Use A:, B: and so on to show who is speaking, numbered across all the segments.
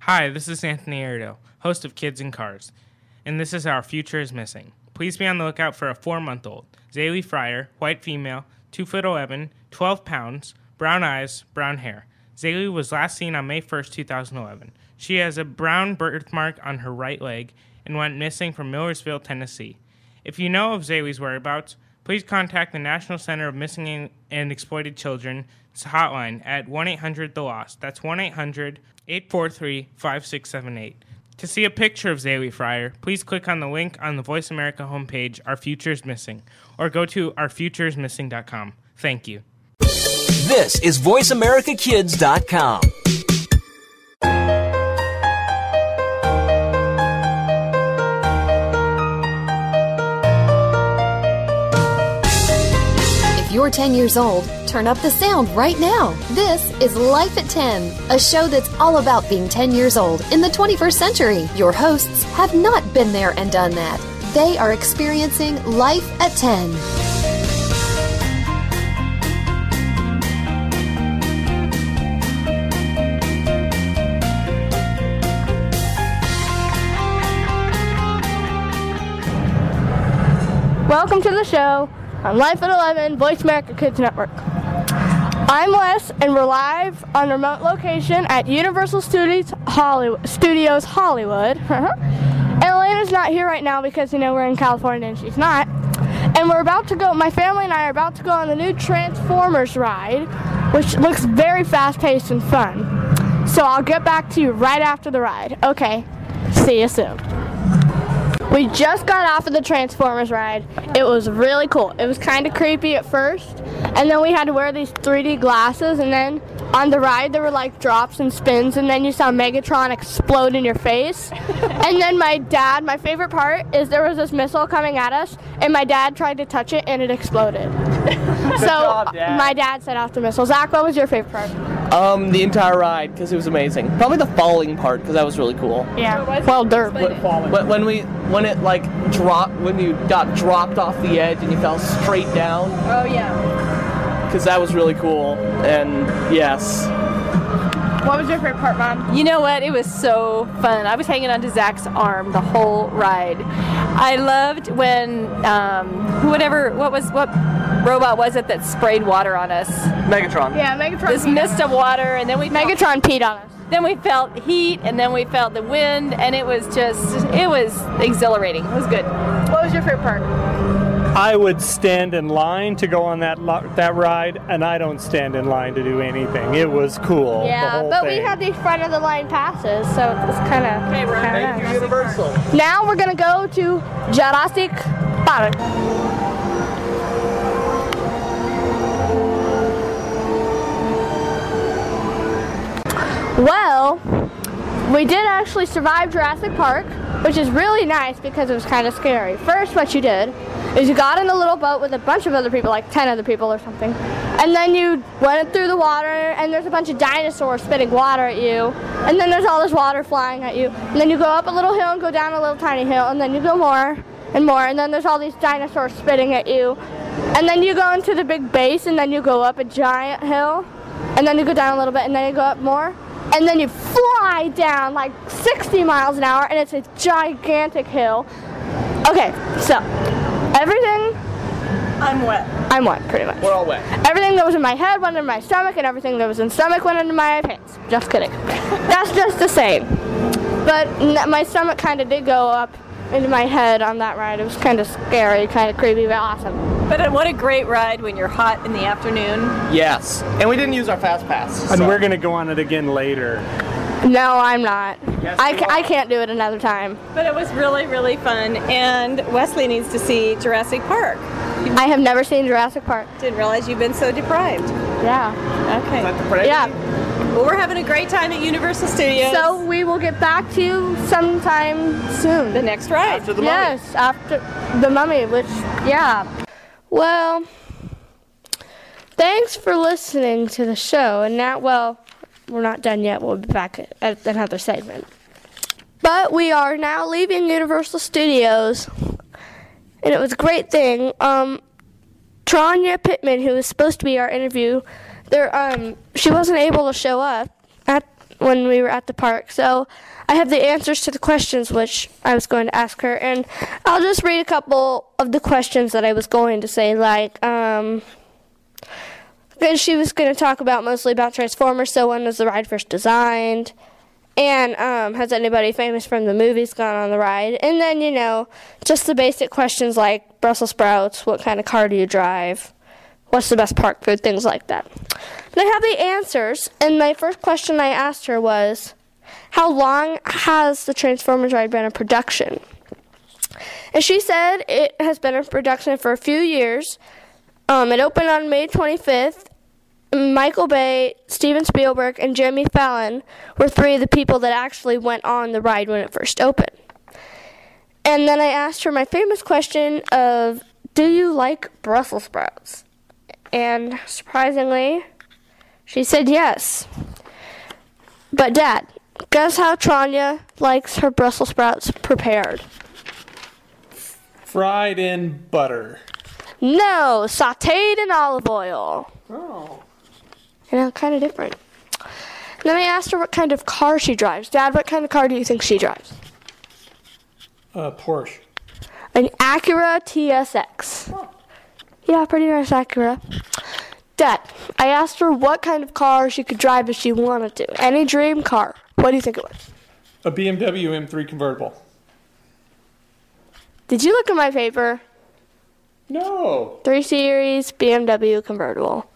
A: Hi, this is Anthony Arido, host of Kids in Cars, and this is Our Future is Missing. Please be on the lookout for a four month old, Zaylee Fryer, white female, 2 foot 11, 12 pounds, brown eyes, brown hair. Zaylee was last seen on May 1st, 2011. She has a brown birthmark on her right leg and went missing from Millersville, Tennessee. If you know of Zaylee's whereabouts, please contact the National Center of Missing and Exploited Children's hotline at 1 800 The Lost. That's 1 800 843 5678. To see a picture of Zaylee Fryer, please click on the link on the Voice America homepage, Our Future's Missing, or go to ourfuturesmissing.com. Thank you.
B: This is VoiceAmericaKids.com.
C: you're 10 years old, turn up the sound right now. This is Life at 10, a show that's all about being 10 years old in the 21st century. Your hosts have not been there and done that. They are experiencing Life at 10.
D: Welcome to the show on Life at 11 Voice America Kids Network. I'm Les, and we're live on remote location at Universal Studios Hollywood. Studios Hollywood. and Elena's not here right now because you know we're in California and she's not. And we're about to go. My family and I are about to go on the new Transformers ride, which looks very fast-paced and fun. So I'll get back to you right after the ride. Okay. See you soon. We just got off of the Transformers ride. It was really cool. It was kind of creepy at first, and then we had to wear these 3D glasses, and then on the ride there were like drops and spins, and then you saw Megatron explode in your face. and then my dad, my favorite part is there was this missile coming at us, and my dad tried to touch it, and it exploded. so
E: job, Dad.
D: my dad set off the missile. Zach, what was your favorite part?
E: Um, the entire ride because it was amazing. Probably the falling part because that was really cool.
D: Yeah. Well, dirt.
E: But when we when it like dropped when you got dropped off the edge and you fell straight down
F: Oh yeah.
E: because that was really cool. And yes,
D: What was your favorite part, Mom?
F: You know what? It was so fun. I was hanging onto Zach's arm the whole ride. I loved when um, whatever what was what robot was it that sprayed water on us?
E: Megatron.
D: Yeah, Megatron.
F: This mist of water, and then we felt-
D: Megatron peed on us.
F: then we felt heat, and then we felt the wind, and it was just it was exhilarating. It was good.
D: What was your favorite part?
G: I would stand in line to go on that lo- that ride, and I don't stand in line to do anything. It was cool. the
D: Yeah,
G: whole
D: but we
G: thing.
D: had these front of the line passes, so it's kind of. Okay, we're
E: Thank you, Universal.
D: Now we're gonna go to Jurassic Park. Well, we did actually survive Jurassic Park, which is really nice because it was kind of scary. First, what you did is you got in a little boat with a bunch of other people, like 10 other people or something, and then you went through the water, and there's a bunch of dinosaurs spitting water at you, and then there's all this water flying at you, and then you go up a little hill and go down a little tiny hill, and then you go more and more, and then there's all these dinosaurs spitting at you, and then you go into the big base, and then you go up a giant hill, and then you go down a little bit, and then you go up more, and then you fly down like 60 miles an hour, and it's a gigantic hill. Okay, so everything
H: I'm wet.
D: I'm one, pretty much.
E: We're all wet.
D: Everything that was in my head went into my stomach, and everything that was in stomach went into my pants. Just kidding. That's just the same. But n- my stomach kind of did go up into my head on that ride. It was kind of scary, kind of creepy, but awesome.
F: But uh, what a great ride when you're hot in the afternoon.
E: Yes, and we didn't use our fast pass.
G: and
E: so-
G: we're gonna go on it again later.
D: No, I'm not.
E: Yes,
D: I
E: you
D: ca- I
E: are.
D: can't do it another time.
F: But it was really really fun, and Wesley needs to see Jurassic Park.
D: I have never seen Jurassic Park.
F: Didn't realize you've been so deprived.
D: Yeah.
F: Okay.
E: Is that the parade?
D: Yeah.
F: Well, we're having a great time at Universal Studios.
D: So we will get back to you sometime soon.
F: the next ride.
E: After the
D: yes, after the mummy, which yeah. Well, thanks for listening to the show. And now, well, we're not done yet. We'll be back at another segment. But we are now leaving Universal Studios, and it was a great thing. Um, Tranya Pittman, who was supposed to be our interview, there um she wasn't able to show up at when we were at the park. So I have the answers to the questions which I was going to ask her, and I'll just read a couple of the questions that I was going to say, like um. Then she was going to talk about mostly about Transformers. So when was the ride first designed? And um, has anybody famous from the movies gone on the ride? And then you know, just the basic questions like Brussels sprouts, what kind of car do you drive? What's the best park food? Things like that. And I have the answers. And my first question I asked her was, how long has the Transformers ride been in production? And she said it has been in production for a few years. Um, it opened on May 25th. Michael Bay, Steven Spielberg, and Jimmy Fallon were three of the people that actually went on the ride when it first opened. And then I asked her my famous question of, "Do you like Brussels sprouts?" And surprisingly, she said yes. But Dad, guess how Tranya likes her Brussels sprouts prepared?
G: Fried in butter.
D: No, sauteed in olive oil.
E: Oh.
D: You know, kind of different. And then I asked her what kind of car she drives. Dad, what kind of car do you think she drives?
G: Uh, Porsche.
D: An Acura TSX. Yeah, pretty nice Acura. Dad, I asked her what kind of car she could drive if she wanted to. Any dream car. What do you think it was?
G: A BMW M3 convertible.
D: Did you look at my paper?
G: No.
D: 3 Series BMW convertible.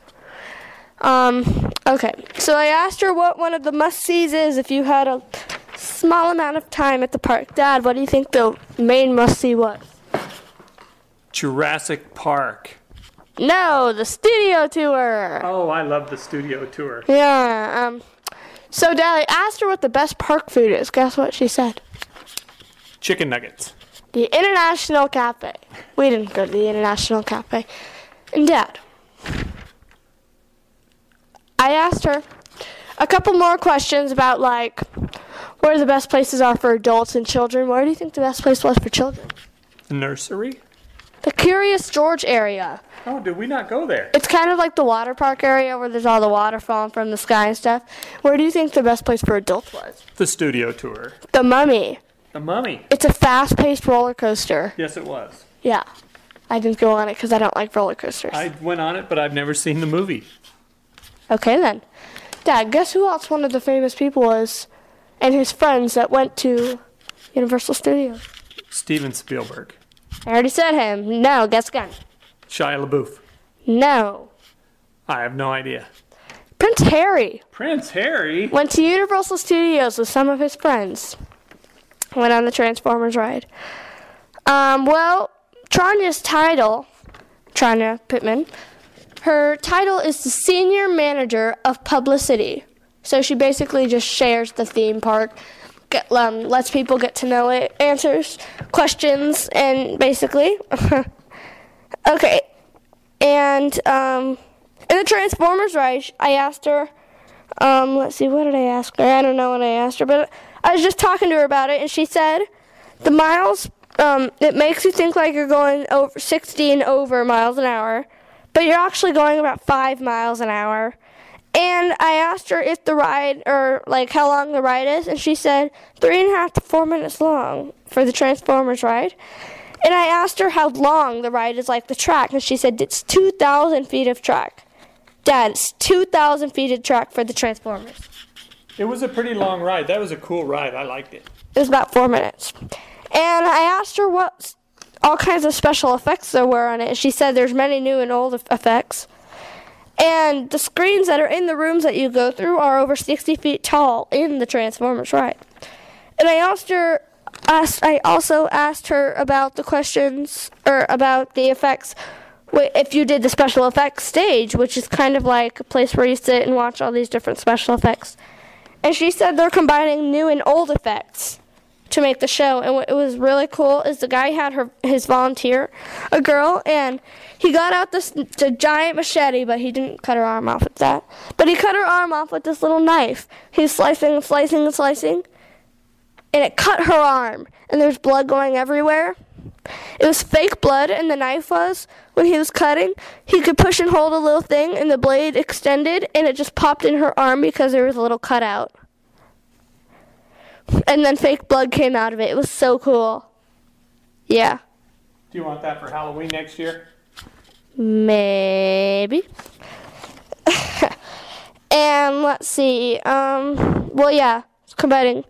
D: Um, okay. So I asked her what one of the must-sees is if you had a small amount of time at the park. Dad, what do you think the main must-see was?
G: Jurassic Park.
D: No, the studio tour.
G: Oh, I love the studio tour.
D: Yeah. Um, so Dad, I asked her what the best park food is. Guess what she said?
G: Chicken nuggets.
D: The International Cafe. We didn't go to the International Cafe. And Dad, I asked her a couple more questions about like where the best places are for adults and children. Where do you think the best place was for children?
G: Nursery?
D: The Curious George area.
G: Oh, did we not go there?
D: It's kind of like the water park area where there's all the water falling from the sky and stuff. Where do you think the best place for adults was?
G: The studio tour.
D: The Mummy.
G: The mummy.
D: It's a fast-paced roller coaster.
G: Yes, it was.
D: Yeah. I didn't go on it because I don't like roller coasters.
G: I went on it, but I've never seen the movie.
D: Okay then. Dad, guess who else one of the famous people was and his friends that went to Universal Studios?
G: Steven Spielberg.
D: I already said him. No, guess again.
G: Shia LaBeouf.
D: No.
G: I have no idea.
D: Prince Harry
G: Prince Harry?
D: went to Universal Studios with some of his friends. Went on the Transformers ride. Um, well, Tranya's title, Tranya Pittman, her title is the Senior Manager of Publicity. So she basically just shares the theme park, get, um, lets people get to know it, answers questions, and basically. okay. And um, in the Transformers ride, I asked her um, let's see, what did I ask her? I don't know what I asked her, but I was just talking to her about it, and she said the miles, um, it makes you think like you're going over 60 and over miles an hour, but you're actually going about five miles an hour. And I asked her if the ride, or like how long the ride is, and she said three and a half to four minutes long for the Transformers ride. And I asked her how long the ride is like the track, and she said it's 2,000 feet of track. Dad, it's 2,000 feet of track for the Transformers.
G: It was a pretty long ride. That was a cool ride. I liked it.
D: It was about four minutes. And I asked her what s- all kinds of special effects there were on it, and she said there's many new and old eff- effects. And the screens that are in the rooms that you go through are over 60 feet tall in the Transformers ride. And I asked her, asked, I also asked her about the questions or about the effects. wi- If you did the special effects stage, which is kind of like a place where you sit and watch all these different special effects, and she said they're combining new and old effects to make the show. And what was really cool is the guy had her his volunteer, a girl, and he got out this the giant machete, but he didn't cut her arm off with that. But he cut her arm off with this little knife. He's slicing and slicing and slicing, and it cut her arm. And there's blood going everywhere. It was fake blood, and the knife was when he was cutting. He could push and hold a little thing, and the blade extended, and it just popped in her arm because there was a little cutout. and then fake blood came out of it. It was so cool. Yeah,
G: Do you want that for Halloween next year?
D: maybe. and let's see. Um, well, yeah, it's combining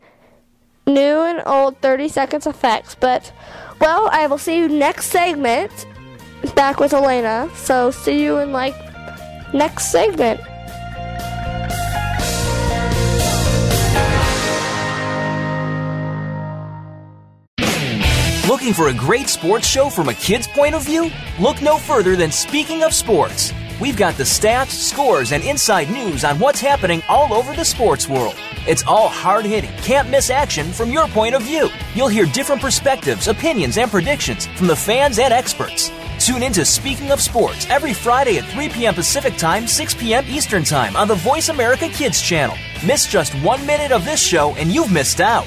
D: new and old 30 seconds effects. But, well, I will see you next segment back with Elena. So, see you in like next segment.
B: Looking for a great sports show from a kid's point of view? Look no further than Speaking of Sports. We've got the stats, scores, and inside news on what's happening all over the sports world. It's all hard hitting, can't miss action from your point of view. You'll hear different perspectives, opinions, and predictions from the fans and experts. Tune into Speaking of Sports every Friday at 3 p.m. Pacific Time, 6 p.m. Eastern Time on the Voice America Kids channel. Miss just one minute of this show and you've missed out.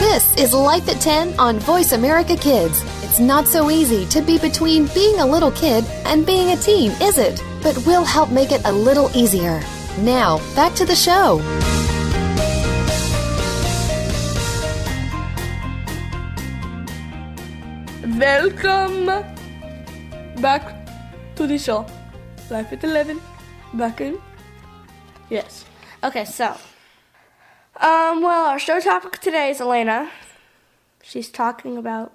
C: This is Life at 10 on Voice America Kids. It's not so easy to be between being a little kid and being a teen, is it? But we'll help make it a little easier. Now, back to the show.
I: Welcome back to the show. Life at 11. Back in. Yes. Okay, so. Um, well, our show topic today is Elena. She's talking about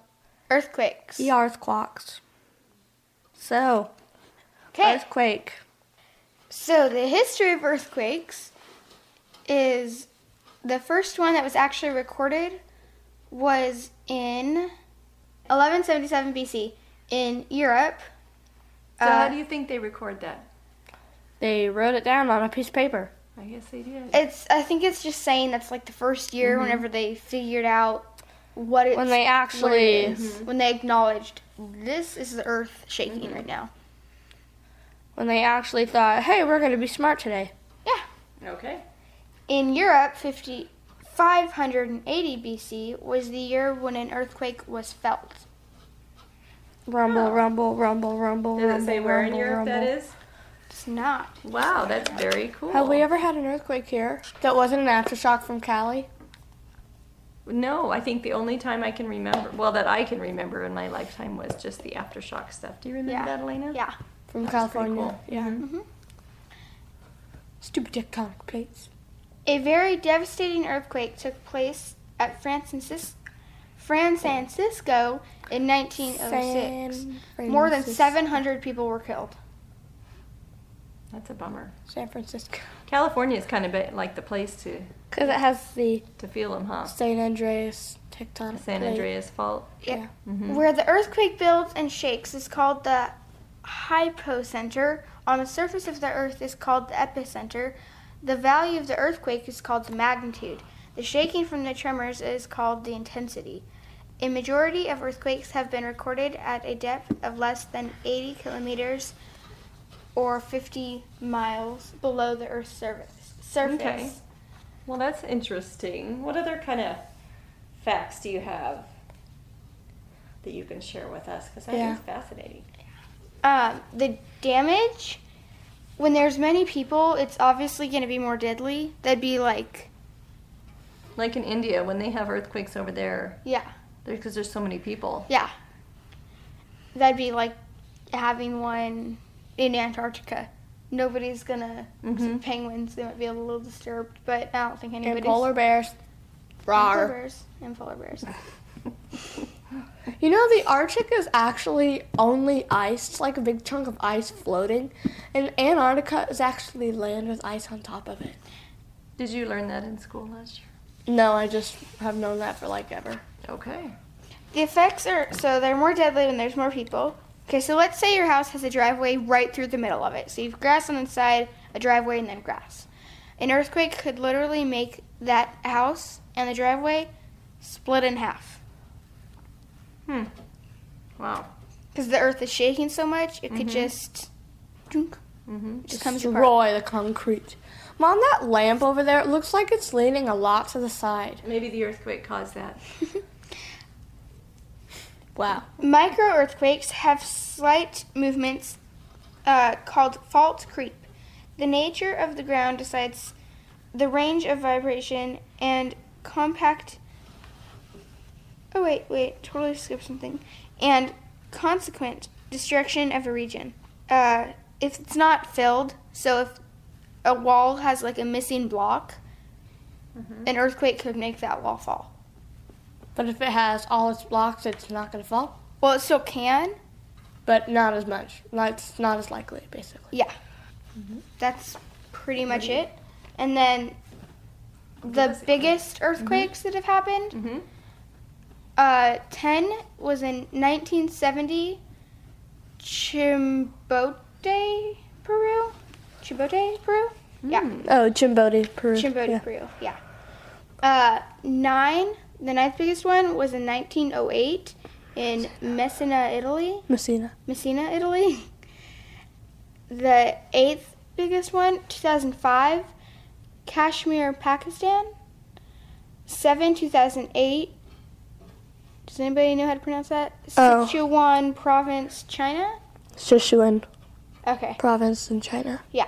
J: earthquakes.
I: The earthquakes. So,
J: Okay.
I: earthquake.
J: So the history of earthquakes is the first one that was actually recorded was in 1177 BC in Europe. Uh,
K: So how do you think they record that?
I: They wrote it down on a piece of paper.
K: I guess they did. Mm-hmm.
J: It's I think it's just saying that's like the first year
I: Mhm.
J: whenever they figured out what it's
I: When they
J: what
I: actually-
J: it is. when they acknowledged this is the earth shaking
K: Mm-hmm.
J: right now.
I: When they actually thought, hey, we're going to be smart today.
K: Okay.
J: In Europe, 50, 580 BC was the year when an earthquake was felt.
I: Rumble, rumble, rumble, rumble,
K: Oh. Does
I: rumble.
K: it say where in
I: rumble,
K: Europe that
I: rumble.
K: is?
J: It's not.
K: Wow, that's very cool.
I: Have we ever had an earthquake here that wasn't an aftershock from Cali?
K: No, I think the only time I can remember, well, that I can remember in my lifetime was just the aftershock stuff. Do you remember
J: Yeah.
K: that, Elena?
J: Yeah.
I: From
K: That's pretty
I: California.
K: cool. Mm-hmm.
I: Yeah.
J: Mhm.
I: Stupid tectonic plates.
J: A very devastating earthquake took place at Fran Francis- Fran Francisco in 1906.
I: San
J: More than
I: Francis-
J: 700 people were killed.
K: That's a bummer.
I: San Francisco.
K: California is kind of bit like the place to
I: Because it has the
K: to feel them, huh?
I: San Andreas tectonic
K: San
I: plate.
K: Andreas Fault.
I: Yeah.
K: Mhm.
J: Where the earthquake builds and shakes is called the hypocenter. On the surface of the earth is called the epicenter. The value of the earthquake is called the magnitude. The shaking from the tremors is called the intensity. A majority of earthquakes have been recorded at a depth of less than 80 kilometers or 50 miles below the Earth's surface. surface.
K: Okay. Well, that's interesting. What other kind of facts do you have that you can share with us? Because that is
J: Yeah.
K: fascinating.
J: Um, the damage, when there's many people, it's obviously going to be more deadly. That'd be like,
K: Like in India, when they have earthquakes over there,
J: yeah,
K: because there's so many people.
J: yeah. That'd be like having one in Antarctica. Nobody's gonna. Some
K: Mhm.
J: penguins, they might be a little disturbed, but I don't think anybody's.
I: polar bears.
J: And
I: Rawr.
J: polar bears. And polar bears.
I: You know, the Arctic is actually only ice. It's like a big chunk of ice floating. And Antarctica is actually land with ice on top of it.
K: Did you learn that in school last year?
I: No, I just have known that for like ever.
K: Okay.
J: The effects are so they're more deadly when there's more people. Okay, so let's say your house has a driveway right through the middle of it. So you've grass on one side, a driveway, and then grass. An earthquake could literally make that house and the driveway split in half.
K: Hmm. Wow.
J: Because the earth is shaking so much, it could just
I: Mm-hmm.
J: Just comes apart.
I: Destroy the concrete. Mom, that lamp over there it looks like it's leaning a lot to the side.
K: Maybe the earthquake caused that.
I: Wow.
J: Micro earthquakes have slight movements uh, called fault creep. The nature of the ground decides the range of vibration and compact. Oh, wait, wait, totally skipped something. And consequent destruction of a region. Uh, if it's not filled, so if a wall has like a missing block, an earthquake could make that wall fall.
I: But if it has all its blocks, it's not going to fall.
J: Well, it still can.
I: But not as much. Not, it's not as likely, basically.
J: Yeah. That's pretty much it. And then the biggest earthquakes that have happened. Uh, Ten was in 1970, Chimbote, Peru. Chimbote, Peru. Yeah.
I: Oh, Chimbote, Peru.
J: Chimbote, Peru. Yeah. Uh, nine. The ninth biggest one was in 1908 in Messina, Italy.
I: Messina.
J: Messina, Italy. The eighth biggest one, 2005, Kashmir, Pakistan. Seven, 2008. Does anybody know how to pronounce that?
I: Oh.
J: Sichuan Province, China.
I: Sichuan
J: Okay.
I: province in China.
J: Yeah.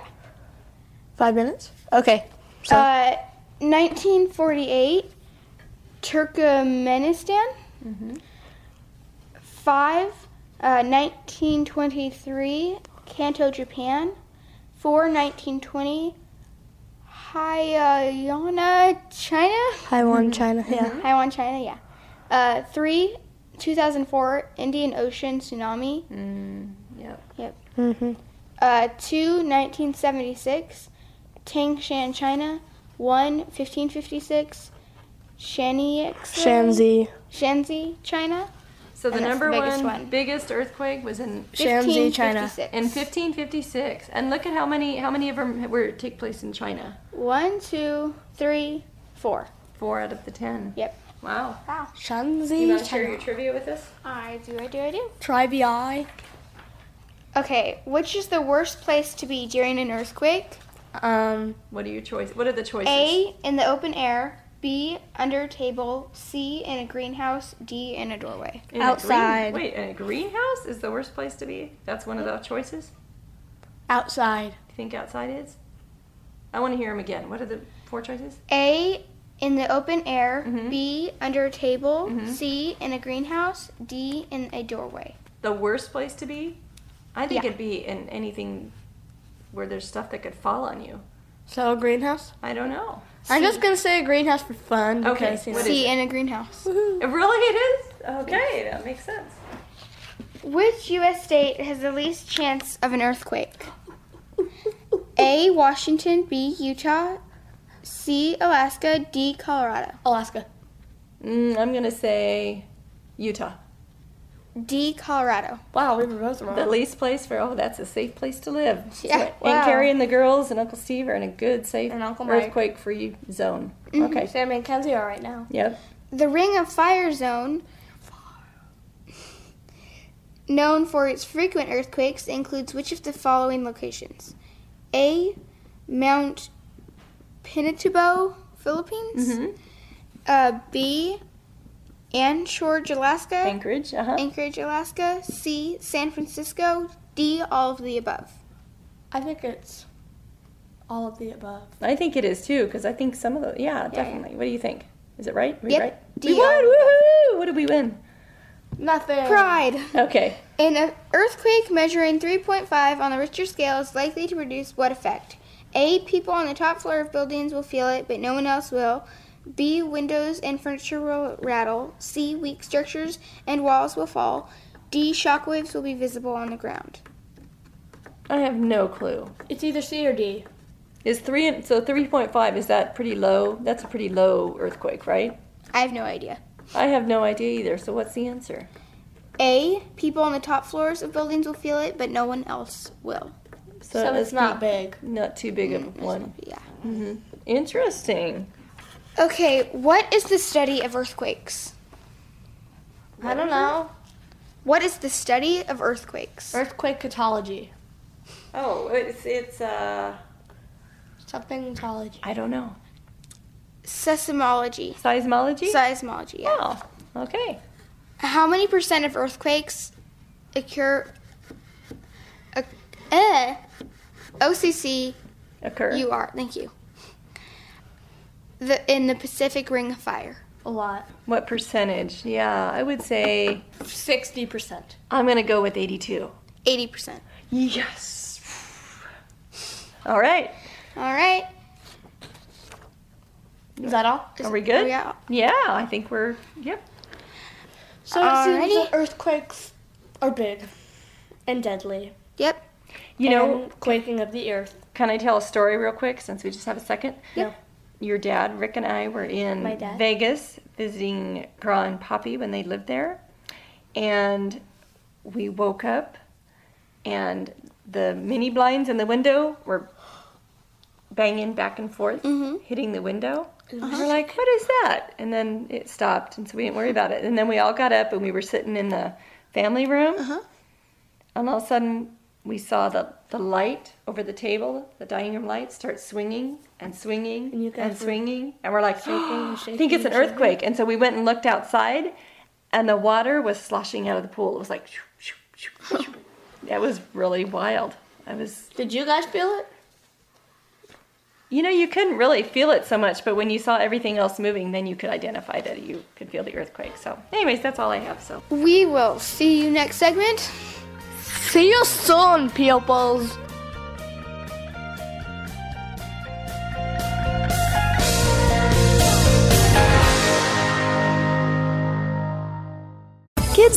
I: Five minutes? Okay. So,
J: Uh, 1948, Turkmenistan. Five, uh, 1923, Kanto, Japan. Four, 1920, Haiyana, China.
I: Taiwan, China. Yeah.
J: Taiwan, China, yeah. Uh, three, 2004, Indian Ocean tsunami.
K: yep.
J: Yep.
I: Mm-hmm.
J: Uh, two, 1976, Tangshan, China. One, 1556, Shani.
I: Shanxi.
J: Shanxi, China.
K: So the
J: And that's
K: number
J: biggest
K: one, biggest earthquake was in
I: Shanxi, China.
K: 1556. In 1556, and look at how many how many of them were take place in China.
J: One, two, three, four.
K: Four out of the ten.
J: Yep.
K: Wow.
J: Wow.
K: You want
I: Shanxi,
K: to share your
I: China.
K: trivia with us?
J: I do, I do, I do.
I: Tribi.
J: Okay, which is the worst place to be during an earthquake?
I: Um,
K: What are your choice? What are the choices?
J: A, in the open air. B, under a table. C, in a greenhouse. D, in a doorway.
K: In a green-
I: Outside.
K: wait, in a greenhouse is the worst place to be. That's one of the choices.
I: outside.
K: You think outside is? I want to hear them again. What are the four choices?
J: A, in the open air. B, under a table. C, in a greenhouse. D, in a doorway.
K: The worst place to be? I think
J: Yeah.
K: it'd be in anything where there's stuff that could fall on you.
I: So, a greenhouse?
K: I don't know.
I: I'm just going to say a greenhouse for fun.
K: Okay,
I: Because, you know,
K: what is
J: C, in a greenhouse.
K: It really it is. Okay, that makes sense.
J: Which U.S. state has the least chance of an earthquake? A. Washington. B. Utah. C. Alaska. D. Colorado.
I: Alaska.
K: Mm, I'm gonna say Utah.
J: D. Colorado.
I: Wow, we were both wrong.
K: The least place for oh, that's a safe place to live.
J: Yeah,
K: And
I: wow.
K: Carrie and the girls and Uncle Steve are in a good, safe,
I: And Uncle Mike.
K: earthquake-free zone. Okay.
I: Sam and Kenzie are right now.
K: Yep.
J: The Ring of Fire Zone, known for its frequent earthquakes, includes which of the following locations? A. Mount Pinatubo, Philippines.
I: Mm-hmm.
J: Uh, B. Anchorage, Alaska.
K: Anchorage. Uh huh.
J: Anchorage, Alaska. C. San Francisco. D. All of the above.
I: I think it's all of the above.
K: I think it is too, because I think some of the yeah, definitely. What do you think? Is it right? We
J: Yep.
K: right?
J: Deal.
K: We won! Woohoo! What did we win?
I: Nothing.
J: Pride.
K: Okay.
J: An earthquake measuring 3.5 on the Richter scale is likely to produce what effect? A. People on the top floor of buildings will feel it, but no one else will. B. Windows and furniture will rattle. C. Weak structures and walls will fall. D. Shockwaves will be visible on the ground.
K: I have no clue.
I: It's either C or D.
K: Is three and so three point five? Is that pretty low? That's a pretty low earthquake, right?
J: I have no idea.
K: I have no idea either. So what's the answer?
J: A. People on the top floors of buildings will feel it, but no one else will.
I: Uh,
K: So, it must be
I: big.
J: Mm,
K: Not too big of a one.
J: Yeah.
K: Mm-hmm. Interesting.
J: Okay, what is the study of earthquakes? I don't know. What is the study of earthquakes?
D: Earthquake catology.
K: Oh, it's it's uh
D: Something catology.
K: I don't know.
J: Seismology.
K: Seismology?
J: Seismology, yeah.
K: Oh. Okay.
J: How many percent of earthquakes occur? oc- eh, OCC.
K: Occur.
J: You are. Thank you. The in the Pacific Ring of Fire.
D: A lot.
K: What percentage? Yeah, I would say
D: 60%.
K: I'm gonna go with 82.
J: 80%.
K: Yes. All right.
J: All right.
D: Is that all?
K: Are we good?
J: Yeah.
K: Yeah, I think we're. Yep.
D: So it seems
J: Alrighty.
D: that earthquakes are big and deadly.
J: Yep.
K: You know-
D: And quaking of the earth.
K: Can I tell a story real quick since we just have a second?
D: Yep.
K: Your dad, Rick, and I were in
D: My dad.
K: Vegas visiting Gra and Poppy when they lived there. And we woke up and the mini blinds in the window were banging back and forth,
D: Mm-hmm.
K: hitting the window. And
D: Uh-huh.
K: we were like, what is that? And then it stopped. And so we didn't worry about it. And then we all got up and we were sitting in the family room.
D: Uh-huh.
K: And all of a sudden, we saw the, the light over the table, the dining room light, start swinging and swinging and,
D: guys were
K: swinging. And we're like,
D: shaking and
K: I
D: shaking
K: think it's an
D: and shaking."
K: earthquake. And so we went and looked outside, and the water was sloshing out of the pool. It was like, shoo, shoo, shoo, shoo. that was really wild. I was,
D: Did you guys feel it?
K: you know, you couldn't really feel it so much, but when you saw everything else moving, then you could identify that you could feel the earthquake. So, anyways, that's all I have. So,
J: We will see you next segment.
D: See you soon, pupils.
C: Kids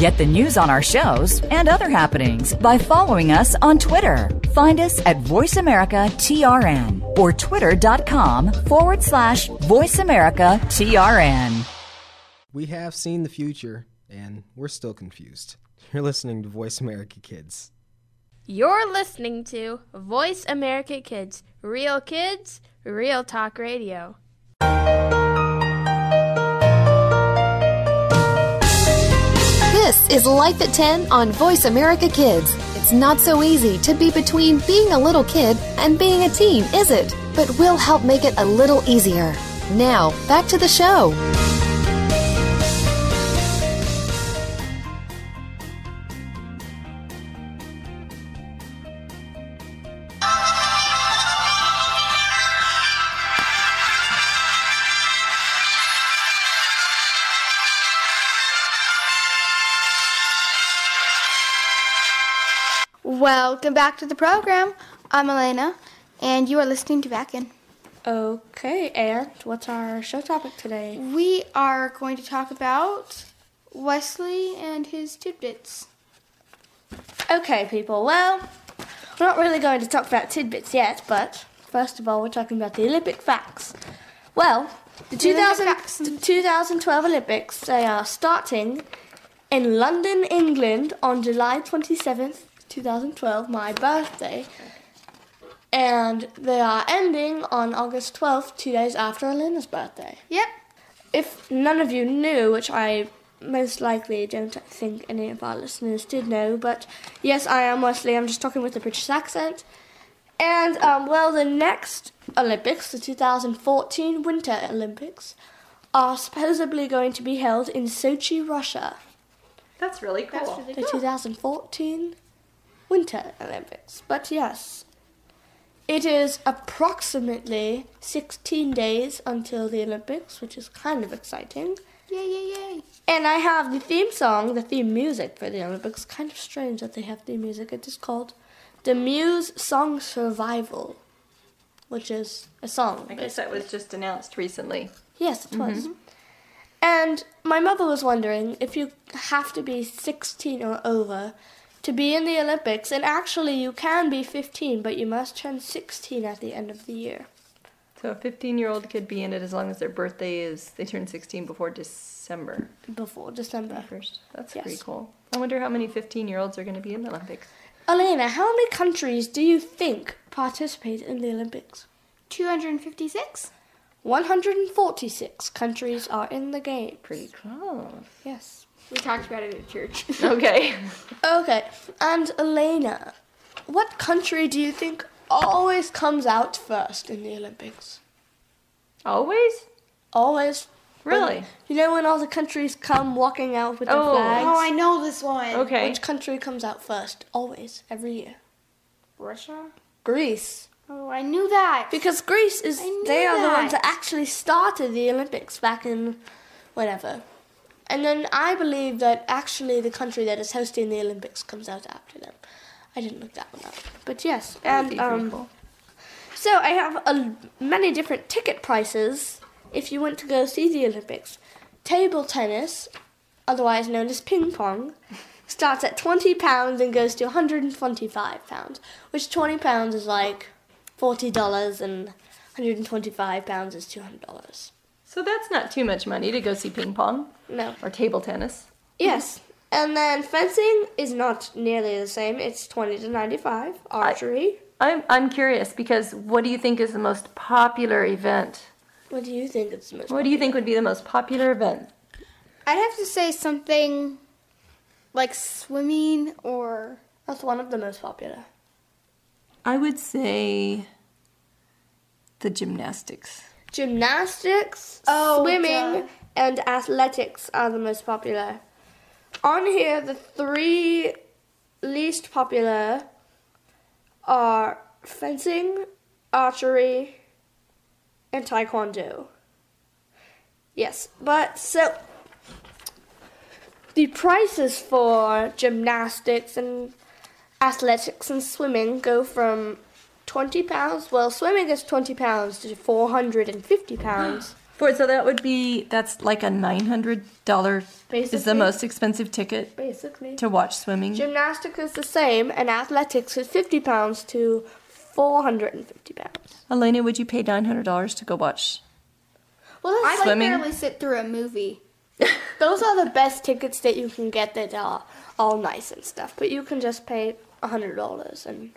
L: Get the news on our shows and other happenings by following us on Twitter. Find us at VoiceAmericaTRN or twitter.com forward slash VoiceAmericaTRN.
M: We have seen the future, and we're still confused. You're listening to Voice America Kids.
N: You're listening to Voice America Kids, real kids, real talk radio.
O: This is Life at 10 on Voice America Kids. It's not so easy to be between being a little kid and being a teen, is it? But we'll help make it a little easier. Now, back to the show.
J: Welcome back to the program. I'm Elena, and you are listening to Back In.
D: Okay, and what's our show topic today?
J: We are going to talk about Wesley and his tidbits.
D: Okay, people. Well, we're not really going to talk about tidbits yet, but first of all, we're talking about the Olympic facts. Well, the,
J: The Olympic
D: 2000, the 2012 Olympics, they are starting in London, England on July 27th, 2012, my birthday. And they are ending on August 12th, two days after Elena's birthday.
J: Yep.
D: If none of you knew, which I most likely don't think any of our listeners did know, but yes, I am Wesley. I'm just talking with a British accent. And, um, well, the next Olympics, the 2014 Winter Olympics, are supposedly going to be held in Sochi, Russia.
K: that's really cool.
D: The 2014 Winter Olympics. But yes, it is approximately 16 days until the Olympics, which is kind of exciting.
J: Yay, yay, yay.
D: And I have the theme song, the theme music for the Olympics. Kind of strange that they have theme music. It is called The Muse Song Survival. which is a song.
K: I guess that was just announced recently.
D: Yes, it was.
K: Mhm.
D: And my mother was wondering if you have to be 16 or over to be in the Olympics. And actually, you can be 15, but you must turn 16 at the end of the year.
K: So a 15 year old could be in it as long as their birthday is, they turn 16 before December.
D: Before December.
K: First. That's
D: Yes.
K: pretty cool. I wonder how many 15 year olds are going to be in the Olympics.
D: Elena, how many countries do you think participate in the Olympics?
J: 256?
D: 146 countries are in the game.
K: Pretty close.
D: Yes.
J: We talked about it at church.
K: Okay.
D: okay. And Elena, what country do you think always comes out first in the Olympics?
K: Always?
D: Always.
K: Really?
D: When- you know when all the countries come walking out with
K: Oh.
D: their flags?
K: Oh, I
J: know this one.
K: Okay.
D: Which country comes out first? Always. Every year.
J: Russia?
D: Greece.
J: Oh, I knew that.
D: Because Greece is, they are the
J: that.
D: ones that actually started the Olympics back in whatever. And then I believe that actually the country that is hosting the Olympics comes out after them. I didn't look that one up. But yes,
J: That would
D: and
J: be pretty
D: um,
J: cool.
D: so I have a, many different ticket prices if you want to go see the Olympics. Table tennis, otherwise known as ping pong, starts at twenty pounds and goes to one hundred and twenty-five pounds, which twenty pounds is like forty dollars and one hundred and twenty-five pounds is two hundred dollars.
K: So that's not too much money to go see ping pong.
D: No.
K: Or table tennis.
D: Yes. Mm-hmm. And then fencing is not nearly the same. It's 20 to 95. Archery.
K: I'm, I'm curious because what do you think is the most popular event?
D: What do you think it's the most
K: What do you think would be the most popular event?
J: I'd have to say something like swimming or.
D: That's one of the most popular.
K: I would say the gymnastics.
D: Gymnastics, swimming, and athletics are the most popular. On here, the three least popular are fencing, archery, and taekwondo. Yes, but so the prices for gymnastics and athletics and swimming go from 20 pounds, well, swimming is 20 pounds to 450 pounds.
K: For so that would be that's like a nine hundred dollar is
D: Basically.
K: the most expensive ticket
D: Basically.
K: to watch swimming.
D: Gymnastics is the same, and athletics is 50 pounds to 450 pounds.
K: Elena, would you pay nine hundred dollars to go watch?
D: Well,
J: I
D: that's
J: could barely sit through a movie.
D: Those are the best tickets that you can get that are all nice and stuff, but you can just pay $100 and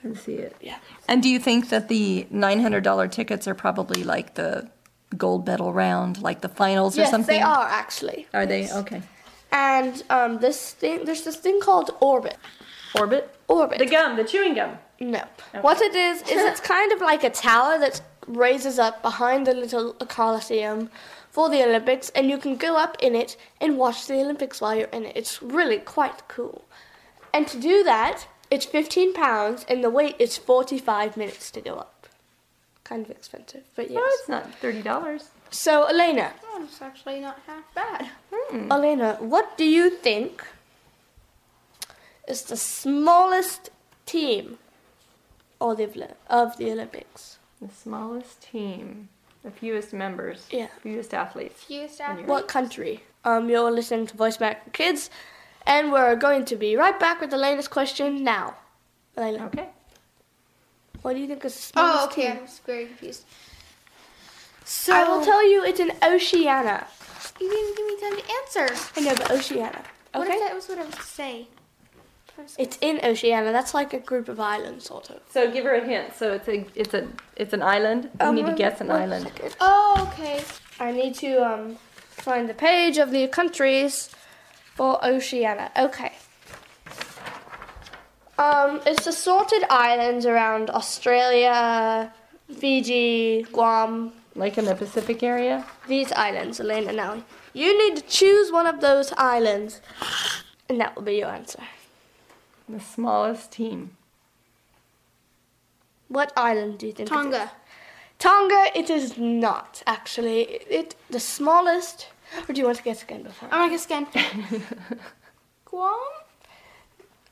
K: can see it.
D: Yeah.
K: And do you think that the nine hundred dollar tickets are probably like the gold medal round, like the finals
D: yes,
K: or something?
D: they are actually.
K: Are
D: Yes.
K: they Oh. okay?
D: And um, this thing, there's this thing called Orbit.
K: Orbit.
D: Orbit.
K: The gum, the chewing gum.
D: No. What it is is it's kind of like a tower that raises up behind the little coliseum for the Olympics, and you can go up in it and watch the Olympics while you're in it. It's really quite cool. And to do that, it's 15 pounds, and the wait is 45 minutes to go up. Kind of expensive, but yes.
K: it's not thirty dollars.
D: So Elena,
J: Oh, it's actually not half bad.
D: Elena, what do you think is the smallest team of the, Oli- of the Olympics?
K: The smallest team, the fewest members,
D: Yeah.
K: fewest athletes.
J: Fewest
D: What country? Um, you're listening to Voice Mac Kids, and we're going to be right back with Elena's question now. Elena.
K: Okay.
D: What do you think is the smallest
J: Oh, okay.
D: team?
J: I'm just very confused.
D: So I will tell you, it's an Oceania.
J: You didn't give me time to answer.
D: I know, but Oceania.
J: What
D: Okay.
J: if that was what I was to say?
D: It's in Oceania. That's like a group of islands, sort of.
K: So give her a hint. So it's a it's a it's an island. You
D: Um,
K: need to
D: one-
K: guess an
D: one
K: island.
D: second.
J: Oh, okay.
D: I need to um, find the page of the countries for Oceania. Okay. Um, it's assorted islands around Australia, Fiji, Guam.
K: Like in the Pacific area?
D: These islands, Elena now. You need to choose one of those islands, and that will be your answer.
K: The smallest team.
D: What island do you think? It is?
J: Tonga.
D: Tonga. It is not actually. It the smallest. Or do you want to guess again before?
J: I'm gonna guess again. Guam?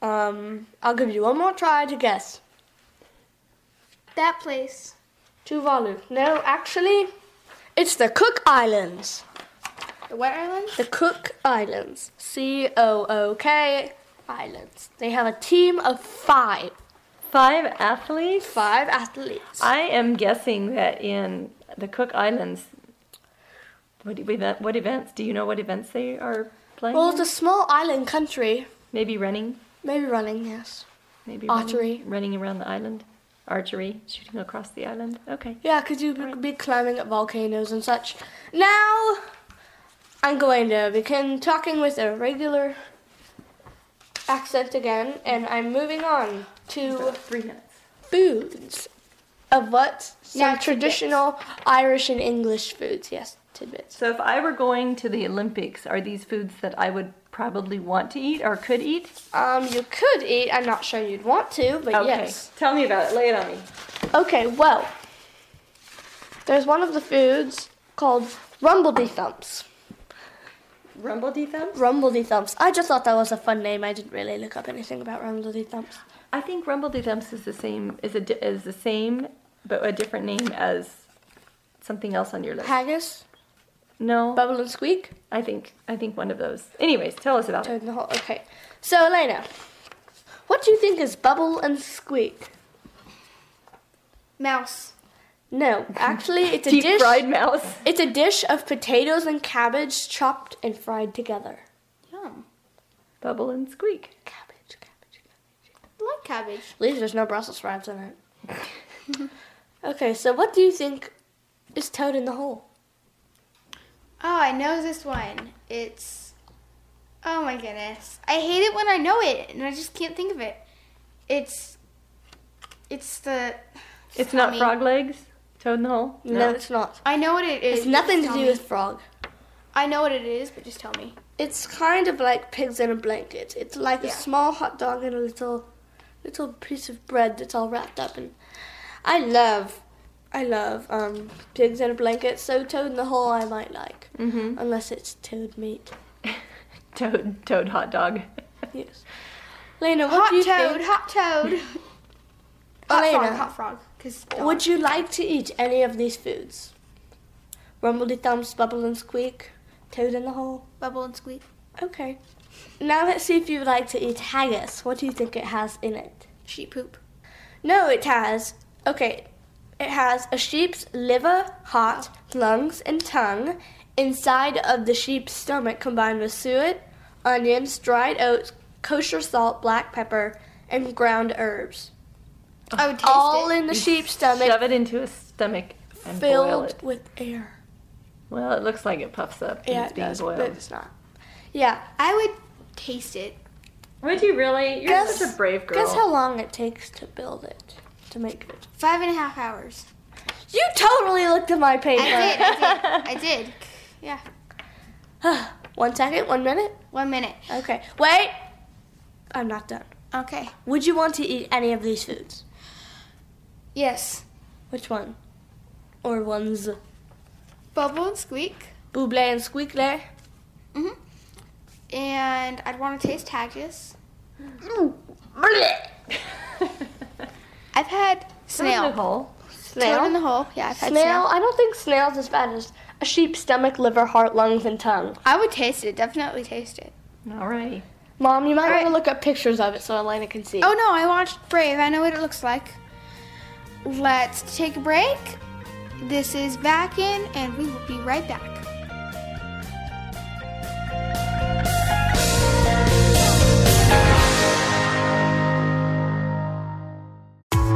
D: Um, I'll give you one more try to guess.
J: That place.
D: Tuvalu. No, actually, it's the Cook Islands.
J: The what islands?
D: The Cook Islands. C O O K Islands. They have a team of five.
K: Five athletes?
D: Five athletes.
K: I am guessing that in the Cook Islands, what e-, event? What events? Do you know what events they are playing?
D: Well,
K: in?
D: it's a small island country.
K: Maybe running.
D: Maybe running, yes.
K: Maybe
D: Archery.
K: running, running around the island, archery, shooting across the island. Okay.
D: Yeah, because you'd be climbing up volcanoes and such. Now, I'm going to begin talking with a regular accent again, and I'm moving on to
K: three minutes.
D: foods of what some
K: Yeah, tidbits.
D: traditional Irish and English foods. Yes, tidbits.
K: So if I were going to the Olympics, are these foods that I would probably want to eat or could eat?
D: Um, you could eat. I'm not sure you'd want to, but
K: okay.
D: yes.
K: Tell me about it. Lay it on me.
D: Okay, well, there's one of the foods called rumbledy thumps.
K: Rumbledy thumps?
D: Rumbledy thumps. I just thought that was a fun name. I didn't really look up anything about rumbledy thumps.
K: I think rumbledy thumps is the same is a di- is the same but a different name as something else on your list.
D: Haggis?
K: No.
D: Bubble and squeak?
K: I think I think one of those. Anyways, tell us about it.
D: Toad in the hole. Okay. So Elena, what do you think is bubble and squeak?
J: Mouse.
D: No, actually, it's a
K: Deep
D: dish.
K: fried mouse.
D: It's a dish of potatoes and cabbage chopped and fried together.
J: Yum.
K: Bubble and squeak.
J: I like cabbage.
D: At least there's no Brussels sprouts in it. okay, so what do you think is toad in the hole?
J: Oh, I know this one. It's. Oh my goodness. I hate it when I know it and I just can't think of it. It's. It's the.
K: It's not
J: Tell me.
K: frog legs? Toad in the hole?
D: No, it's not.
J: I know what it is.
D: It's nothing
J: just
D: to
J: tell
D: do
J: me.
D: with frog.
J: I know what it is, but just tell me.
D: It's kind of like pigs in a blanket. It's like a
J: Yeah.
D: small hot dog and a little little piece of bread that's all wrapped up and I love I love um, pigs in a blanket, so toad in the hole I might like.
J: Mm-hmm.
K: Mhm.
D: Unless it's toad meat.
K: Toad toad hot dog.
D: Yes. Lena, what
J: Hot
D: do you
J: toad,
D: think?
J: hot toad. Oh, hot frog,
D: Elena,
J: hot frog. Cause
D: would you like to eat any of these foods? Rumbledy thumps, bubble and squeak, toad in the hole.
J: bubble and squeak?
D: Okay. Now let's see if you would like to eat haggis. What do you think it has in it?
J: Sheep poop.
D: No, it has. Okay. It has a sheep's liver, heart, lungs, and tongue inside of the sheep's stomach combined with suet, onions, dried oats, kosher salt, black pepper, and ground herbs.
J: I would taste
D: All
J: it.
D: in the
J: You
D: sheep's stomach
K: Shove it into a stomach and boil
D: filled
K: it.
D: with air.
K: Well, it looks like it puffs up and
D: Yeah,
K: it's
D: it
K: being
D: does,
K: boiled.
D: but it's not. Yeah.
J: I would taste it.
K: Would you really? You're such a brave girl.
D: Guess how long it takes to build it, to make it.
J: Five and a half hours.
D: You totally looked at my paper.
J: I did, I did, I did. Yeah.
D: One second, one minute.
J: One minute.
D: Okay. Wait. I'm not done.
J: Okay.
D: Would you want to eat any of these foods?
J: Yes.
D: Which one? Or ones?
J: Bubble and squeak.
D: Buble and squeakle.
J: Mhm. And I'd want to taste haggis. I've had snail.
K: Toad in the hole.
D: Snail?
J: Toad in the hole. Yeah, I've had snail.
D: Snail? I don't think snail's as bad as a sheep's stomach, liver, heart, lungs, and tongue.
J: I would taste it. Definitely taste it.
K: Alrighty.
D: Mom, you might want to look up pictures of it so Elena can see.
J: Oh no, I watched Brave. I know what it looks like. Let's take a break. This is Back In, and we will be right back.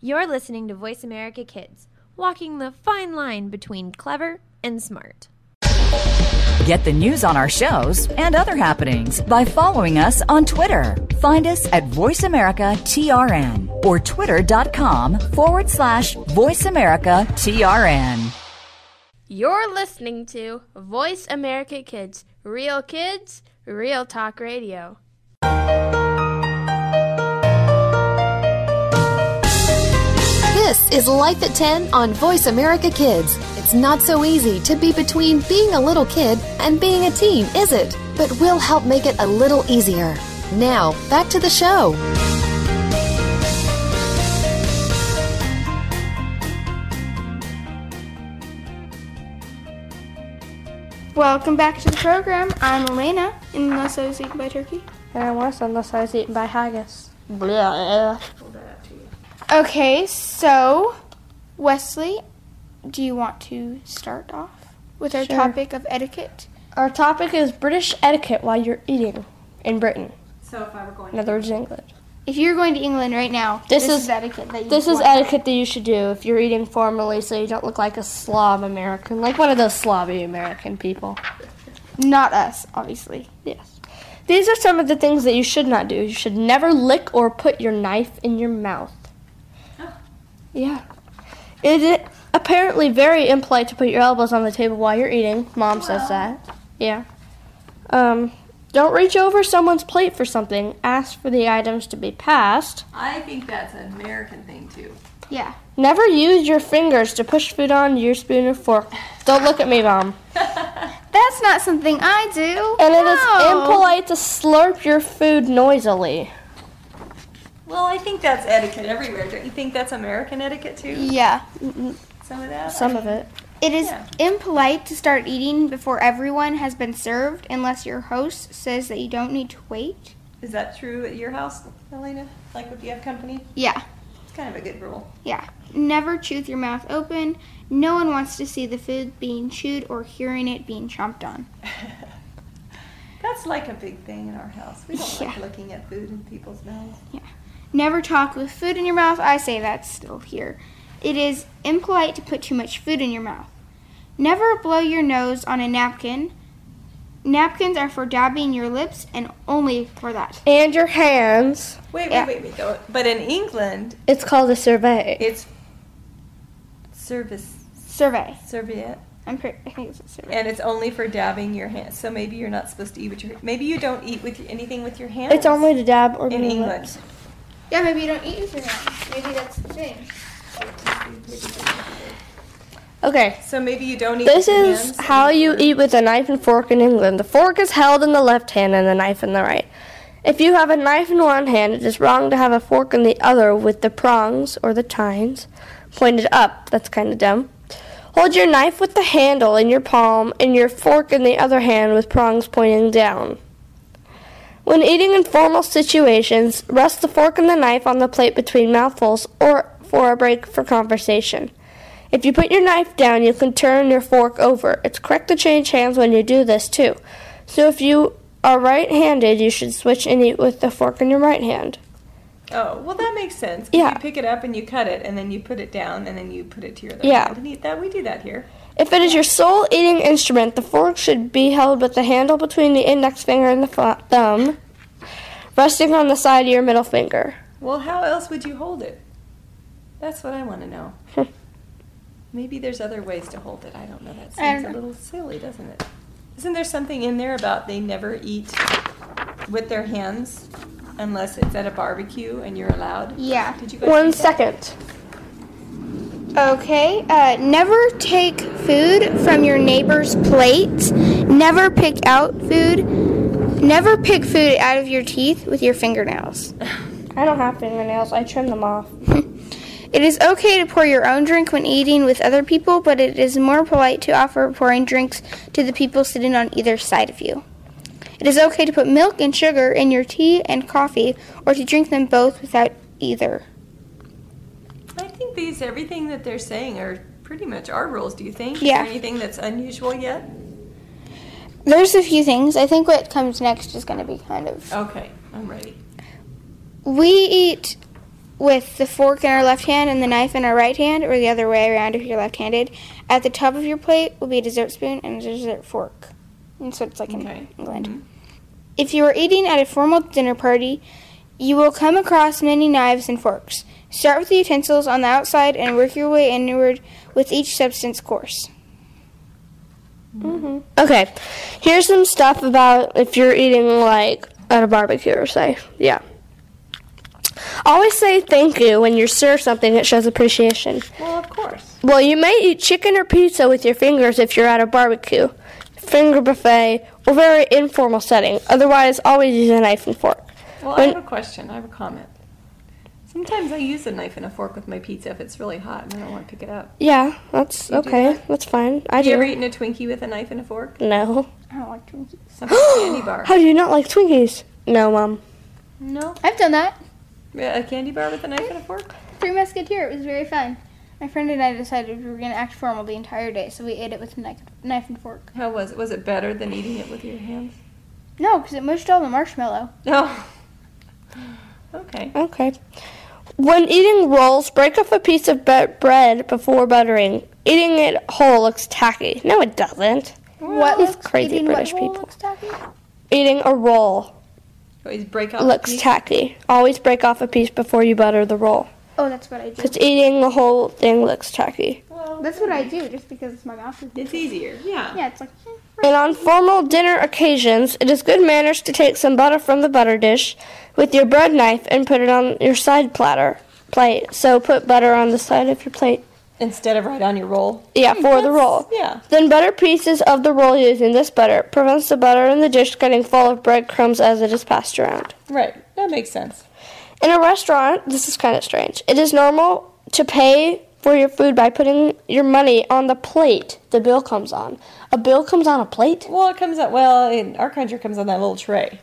P: You're listening to Voice America Kids, walking the fine line between clever and smart.
L: Get the news on our shows and other happenings by following us on Twitter. Find us at VoiceAmericaTRN or twitter.com forward slash VoiceAmericaTRN.
N: You're listening to Voice America Kids, real kids, real talk radio.
C: This is Life at 10 on Voice America Kids. It's not so easy to be between being a little kid and being a teen, is it? But we'll help make it a little easier. Now, back to the show.
J: Welcome back to the program. I'm Elena, unless I was eaten by turkey.
D: And I was unless I was eaten by haggis.
J: Okay, so Wesley, do you want to start off with our
D: Sure.
J: topic of etiquette?
D: Our topic is British etiquette while you're eating in Britain.
J: So if I were going
D: In other words, England.
J: If you're going to England right now,
D: This
J: this,
D: is-
J: is, etiquette that you
D: This is
J: want.
D: etiquette that you should do if you're eating formally so you don't look like a slob American, like one of those slobby American people.
J: Not us, obviously.
D: Yes. These are some of the things that you should not do. You should never lick or put your knife in your mouth.
J: Oh.
D: Yeah. It is apparently very impolite to put your elbows on the table while you're eating. Mom says that. Yeah. Um, don't reach over someone's plate for something. Ask for the items to be passed.
I: I think that's an American thing too.
J: Yeah.
D: Never use your fingers to push food on your spoon or fork. Don't look at me, Mom.
J: That's not something I do.
D: And it is
J: No.
D: impolite to slurp your food noisily.
I: Well, I think that's etiquette everywhere. Don't you think that's American etiquette too?
J: Yeah.
I: Some of that.
D: Some of it.
J: It is impolite to start eating before everyone has been served unless your host says that you don't need to wait.
I: Is that true at your house, Elena? Like if you have company?
J: Yeah.
I: It's kind of a good rule.
J: Yeah. Never chew with your mouth open. No one wants to see the food being chewed or hearing it being chomped on.
I: That's like a big thing in our house. We don't like
J: Yeah.
I: looking at food in people's mouths.
J: Never talk with food in your mouth. I say that's still here. It is impolite to put too much food in your mouth. Never blow your nose on a napkin. Napkins are for dabbing your lips and only for that.
D: And your hands.
I: Wait, wait,
J: Yeah.
I: wait, wait. Though. But in England,
D: It's called a survey.
I: it's service
J: survey
I: serviette,
J: I'm pretty, I think it's a survey.
I: and it's only for dabbing your hands. So maybe you're not supposed to eat with your. Maybe you don't eat with anything with your hands.
D: It's only to dab or
I: in
D: be
I: England.
D: licked.
J: Yeah, maybe you don't eat with your hands. Maybe that's the thing.
D: Okay.
I: So maybe you don't eat.
D: This
I: with your
D: is
I: hands.
D: how you eat with a knife and fork in England. The fork is held in the left hand and the knife in the right. If you have a knife in one hand, it is wrong to have a fork in the other with the prongs or the tines pointed up. That's kind of dumb. Hold your knife with the handle in your palm and your fork in the other hand with prongs pointing down. When eating in formal situations, rest the fork and the knife on the plate between mouthfuls or for a break for conversation. If you put your knife down, you can turn your fork over. It's correct to change hands when you do this too. So if you are right handed, you should switch and eat with the fork in your right hand.
I: Oh, well, that makes sense. 'cause
D: Yeah.
I: You pick it up and you cut it, and then you put it down, and then you put it to your other
D: Yeah.
I: hand and eat that. We do that here.
D: If it is your sole eating instrument, the fork should be held with the handle between the index finger and the fu- thumb, resting on the side of your middle finger.
I: Well, how else would you hold it? That's what I want to know. Maybe there's other ways to hold it. I don't know. That
J: I
I: seems a
J: don't know.
I: little silly, doesn't it? Isn't there something in there about they never eat with their hands unless it's at a barbecue and you're allowed?
J: Yeah.
I: Did you guys
D: One
I: read that?
D: second.
J: Okay, uh, never take food from your neighbor's plate. Never pick out food. Never pick food out of your teeth with your fingernails.
D: I don't have fingernails, I trim them off.
J: It is okay to pour your own drink when eating with other people, but it is more polite to offer pouring drinks to the people sitting on either side of you. It is okay to put milk and sugar in your tea and coffee, or to drink them both without either.
I: I think these, everything that they're saying are pretty much our rules, do you think? Is
J: Yeah.
I: there anything that's unusual yet?
J: There's a few things. I think what comes next is going to be kind of.
I: Okay, I'm ready.
J: We eat with the fork in our left hand and the knife in our right hand, or the other way around if you're left handed. At the top of your plate will be a dessert spoon and a dessert fork. And so it's like in England. If you are eating at a formal dinner party, you will come across many knives and forks. Start with the utensils on the outside and work your way inward with each substance course.
D: Okay, here's some stuff about if you're eating like at a barbecue or say, yeah. Always say thank you when you serve something that shows appreciation.
I: Well, of course.
D: Well, you may eat chicken or pizza with your fingers if you're at a barbecue, finger buffet, or very informal setting. Otherwise, always use a knife and fork.
I: Well, I
D: When-
I: have a question. I have a comment. Sometimes I use a knife and a fork with my pizza if it's really hot and I don't want to pick it up.
D: yeah, that's
I: You do
D: okay.
I: that?
D: That's fine. I
I: Have
D: do.
I: you ever eaten a Twinkie with a knife and a fork?
D: no.
I: I don't like Twinkies. Some candy bar.
D: How do you not like Twinkies? No, mom.
I: No.
N: I've done that.
I: Yeah, A candy bar with a knife and a fork?
N: Three Musketeer. It was very fun. My friend and I decided we were going to act formal the entire day, so we ate it with a knife, knife and fork.
I: How was it? Was it better than eating it with your hands?
N: No, because it mushed all the marshmallow.
I: No. Okay.
D: Okay. When eating rolls, break off a piece of bre- bread before buttering. Eating it whole looks tacky. No, it doesn't.
N: What
D: These
N: looks-
D: crazy
N: eating what
D: British
N: whole
D: people?
N: looks tacky?
D: Eating a roll
I: Always break off.
D: looks tacky. Always break off a piece before you butter the roll.
N: Oh, that's what I do.
D: Because eating the whole thing looks tacky.
N: That's what I do, just because it's my mouth. It's
I: easier. Yeah.
N: Yeah, it's like hmm,
D: And on formal dinner occasions, it is good manners to take some butter from the butter dish with your bread knife and put it on your side platter plate. So put butter on the side of your plate.
I: Instead of right on your roll?
D: Yeah, for the roll.
I: Yeah.
D: Then butter pieces of the roll using this butter prevents the butter in the dish getting full of breadcrumbs as it is passed around.
I: Right. That makes sense.
D: In a restaurant, this is kind of strange. It is normal to pay for your food by putting your money on the plate the bill comes on. A bill comes on a plate?
I: Well, it comes out, well, in our country, it comes on that little tray.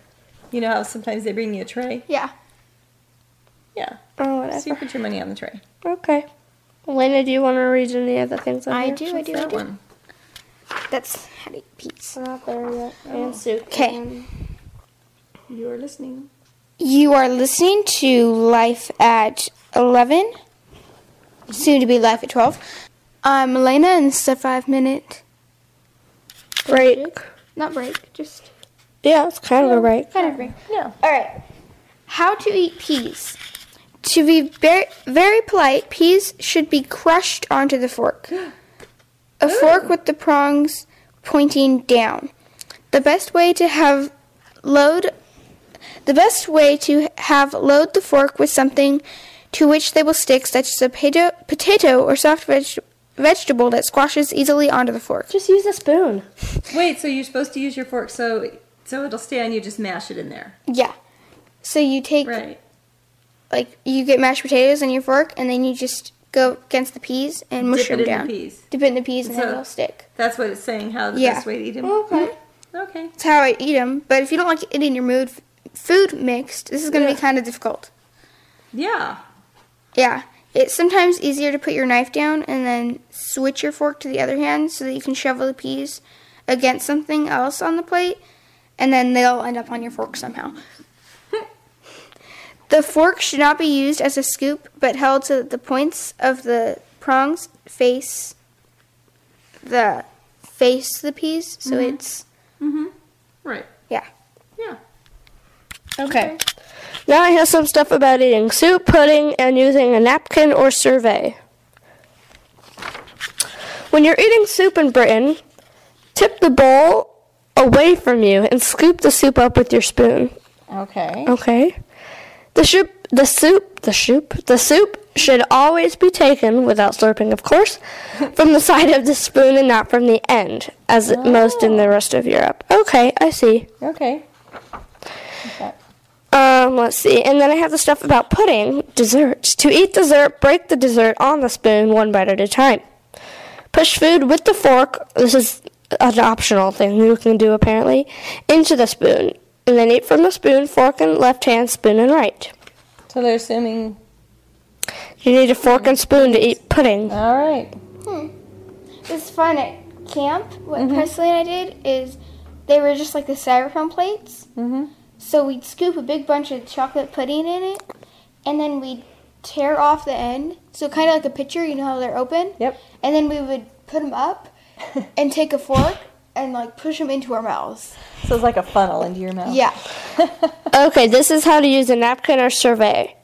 I: You know how sometimes they bring you a tray?
N: Yeah.
I: Yeah.
D: Oh,
I: So you put your money on the tray.
D: Okay. Lena, do you want to read any of the things on
N: I
D: here?
N: do, I do, I
D: That
N: do.
D: one.
N: That's how to eat pizza.
D: Not there yet.
J: Oh.
D: And soup.
N: Okay.
I: You are listening.
J: You are listening to Life at 11, soon to be Life at 12. I'm Elena, and it's a five minute
D: break.
J: Not break, just
D: Yeah, it's kind of a break.
J: kind of break. No. All right. How to eat peas. To be very, very polite, peas should be crushed onto the fork. A fork with the prongs pointing down. The best way to have load the best way to have load the fork with something to which they will stick, such as a potato, potato or soft veg- vegetable that squashes easily onto the fork.
D: Just use a spoon.
I: Wait, so you're supposed to use your fork so so it'll stay on you, just mash it in there.
J: Yeah. So you take
I: right.
J: like you get mashed potatoes on your fork, and then you just go against the peas and mush
I: Dip it
J: them
I: in the
J: down.
I: peas.
J: Dip it in the peas, and
I: So-
J: then they'll stick.
I: That's what it's saying, how the
J: Yeah.
I: best way to eat them.
K: Oh,
J: Okay.
I: Okay.
J: That's how I eat them. But if you don't like eating your mood food mixed, this is going to be kind of difficult.
I: Yeah.
J: Yeah. It's sometimes easier to put your knife down and then switch your fork to the other hand so that you can shovel the peas against something else on the plate, and then they'll end up on your fork somehow. the fork should not be used as a scoop, but held so that the points of the prongs face the face the peas, so
I: Mhm.
J: it's
I: Mm-hmm. Right.
J: yeah.
I: Yeah.
D: Okay. Now I have some stuff about eating soup, pudding, and using a napkin or survey. When you're eating soup in Britain, tip the bowl away from you and scoop the soup up with your spoon.
I: Okay.
D: Okay. The soup, the soup, the soup, the soup should always be taken without slurping, of course, from the side of the spoon and not from the end, as most in
N: Oh.
D: the rest of Europe. Okay, I see.
I: Okay.
D: Um, let's see. And then I have the stuff about pudding, desserts. To eat dessert, break the dessert on the spoon one bite at a time. Push food with the fork. This is an optional thing you can do apparently into the spoon, and then eat from the spoon, fork, and left hand, spoon and right.
I: So they're assuming.
D: You need a fork and spoon to eat pudding.
I: All right.
J: Hmm. It's fun at camp. What Presley and I did is they were just like the styrofoam plates.
I: Mhm.
J: So we'd scoop a big bunch of chocolate pudding in it, and then we'd tear off the end. So kind of like a pitcher, you know how they're open.
I: Yep.
J: And then we would put them up, and take a fork and like push them into our mouths.
I: So it's like a funnel into your mouth.
J: Yeah.
D: Okay, this is how to use a napkin or survey.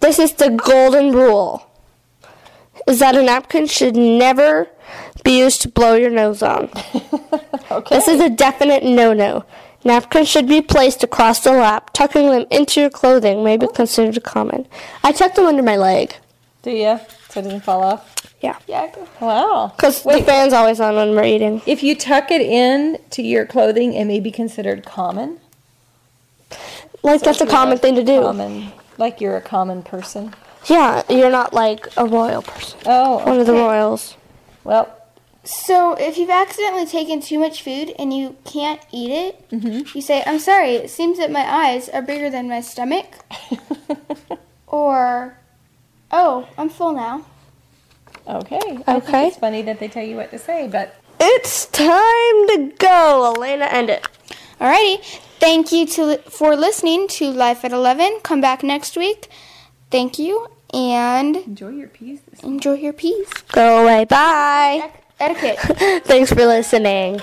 D: This is the golden rule. Is that a napkin should never be used to blow your nose on. This is a definite no no. Napkins should be placed across the lap. Tucking them into your clothing may be considered common. I tuck them under my leg.
Q: Do you? So it doesn't fall off?
D: Yeah.
Q: Yeah. Wow.
D: Because the fan's always on when we're eating.
K: If you tuck it in to your clothing, it may be considered common.
D: Like, that's a common thing to do.
K: Common, like you're a common person.
D: Yeah, you're not like a royal person.
K: Oh,
D: one of the
J: okay.
D: royals.
K: Well,
J: So if you've accidentally taken too much food and you can't eat it,
K: Mm-hmm.
J: you say, "I'm sorry. It seems that my eyes are bigger than my stomach," or, "Oh, I'm full now."
K: Okay. I think
D: Okay.
K: it's funny that they tell you what to say, but
D: It's time to go, Elena. End it.
J: Alrighty. Thank you to for listening to Life at Eleven. Come back next week. Thank you and
K: enjoy your peas.
J: Enjoy your peas.
D: Go away. Bye.
J: Etiquette.
D: Thanks for listening.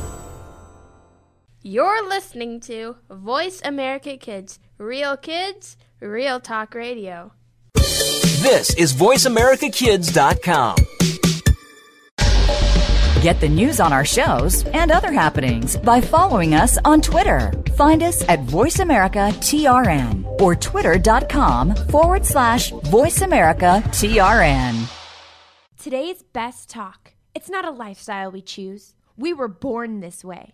N: You're listening to Voice America Kids, real kids, real talk radio.
B: This is VoiceAmericaKids.com.
L: Get the news on our shows and other happenings by following us on Twitter. Find us at VoiceAmericaTRN or twitter.com forward slash VoiceAmericaTRN.
P: Today's best talk. It's not a lifestyle we choose. We were born this way.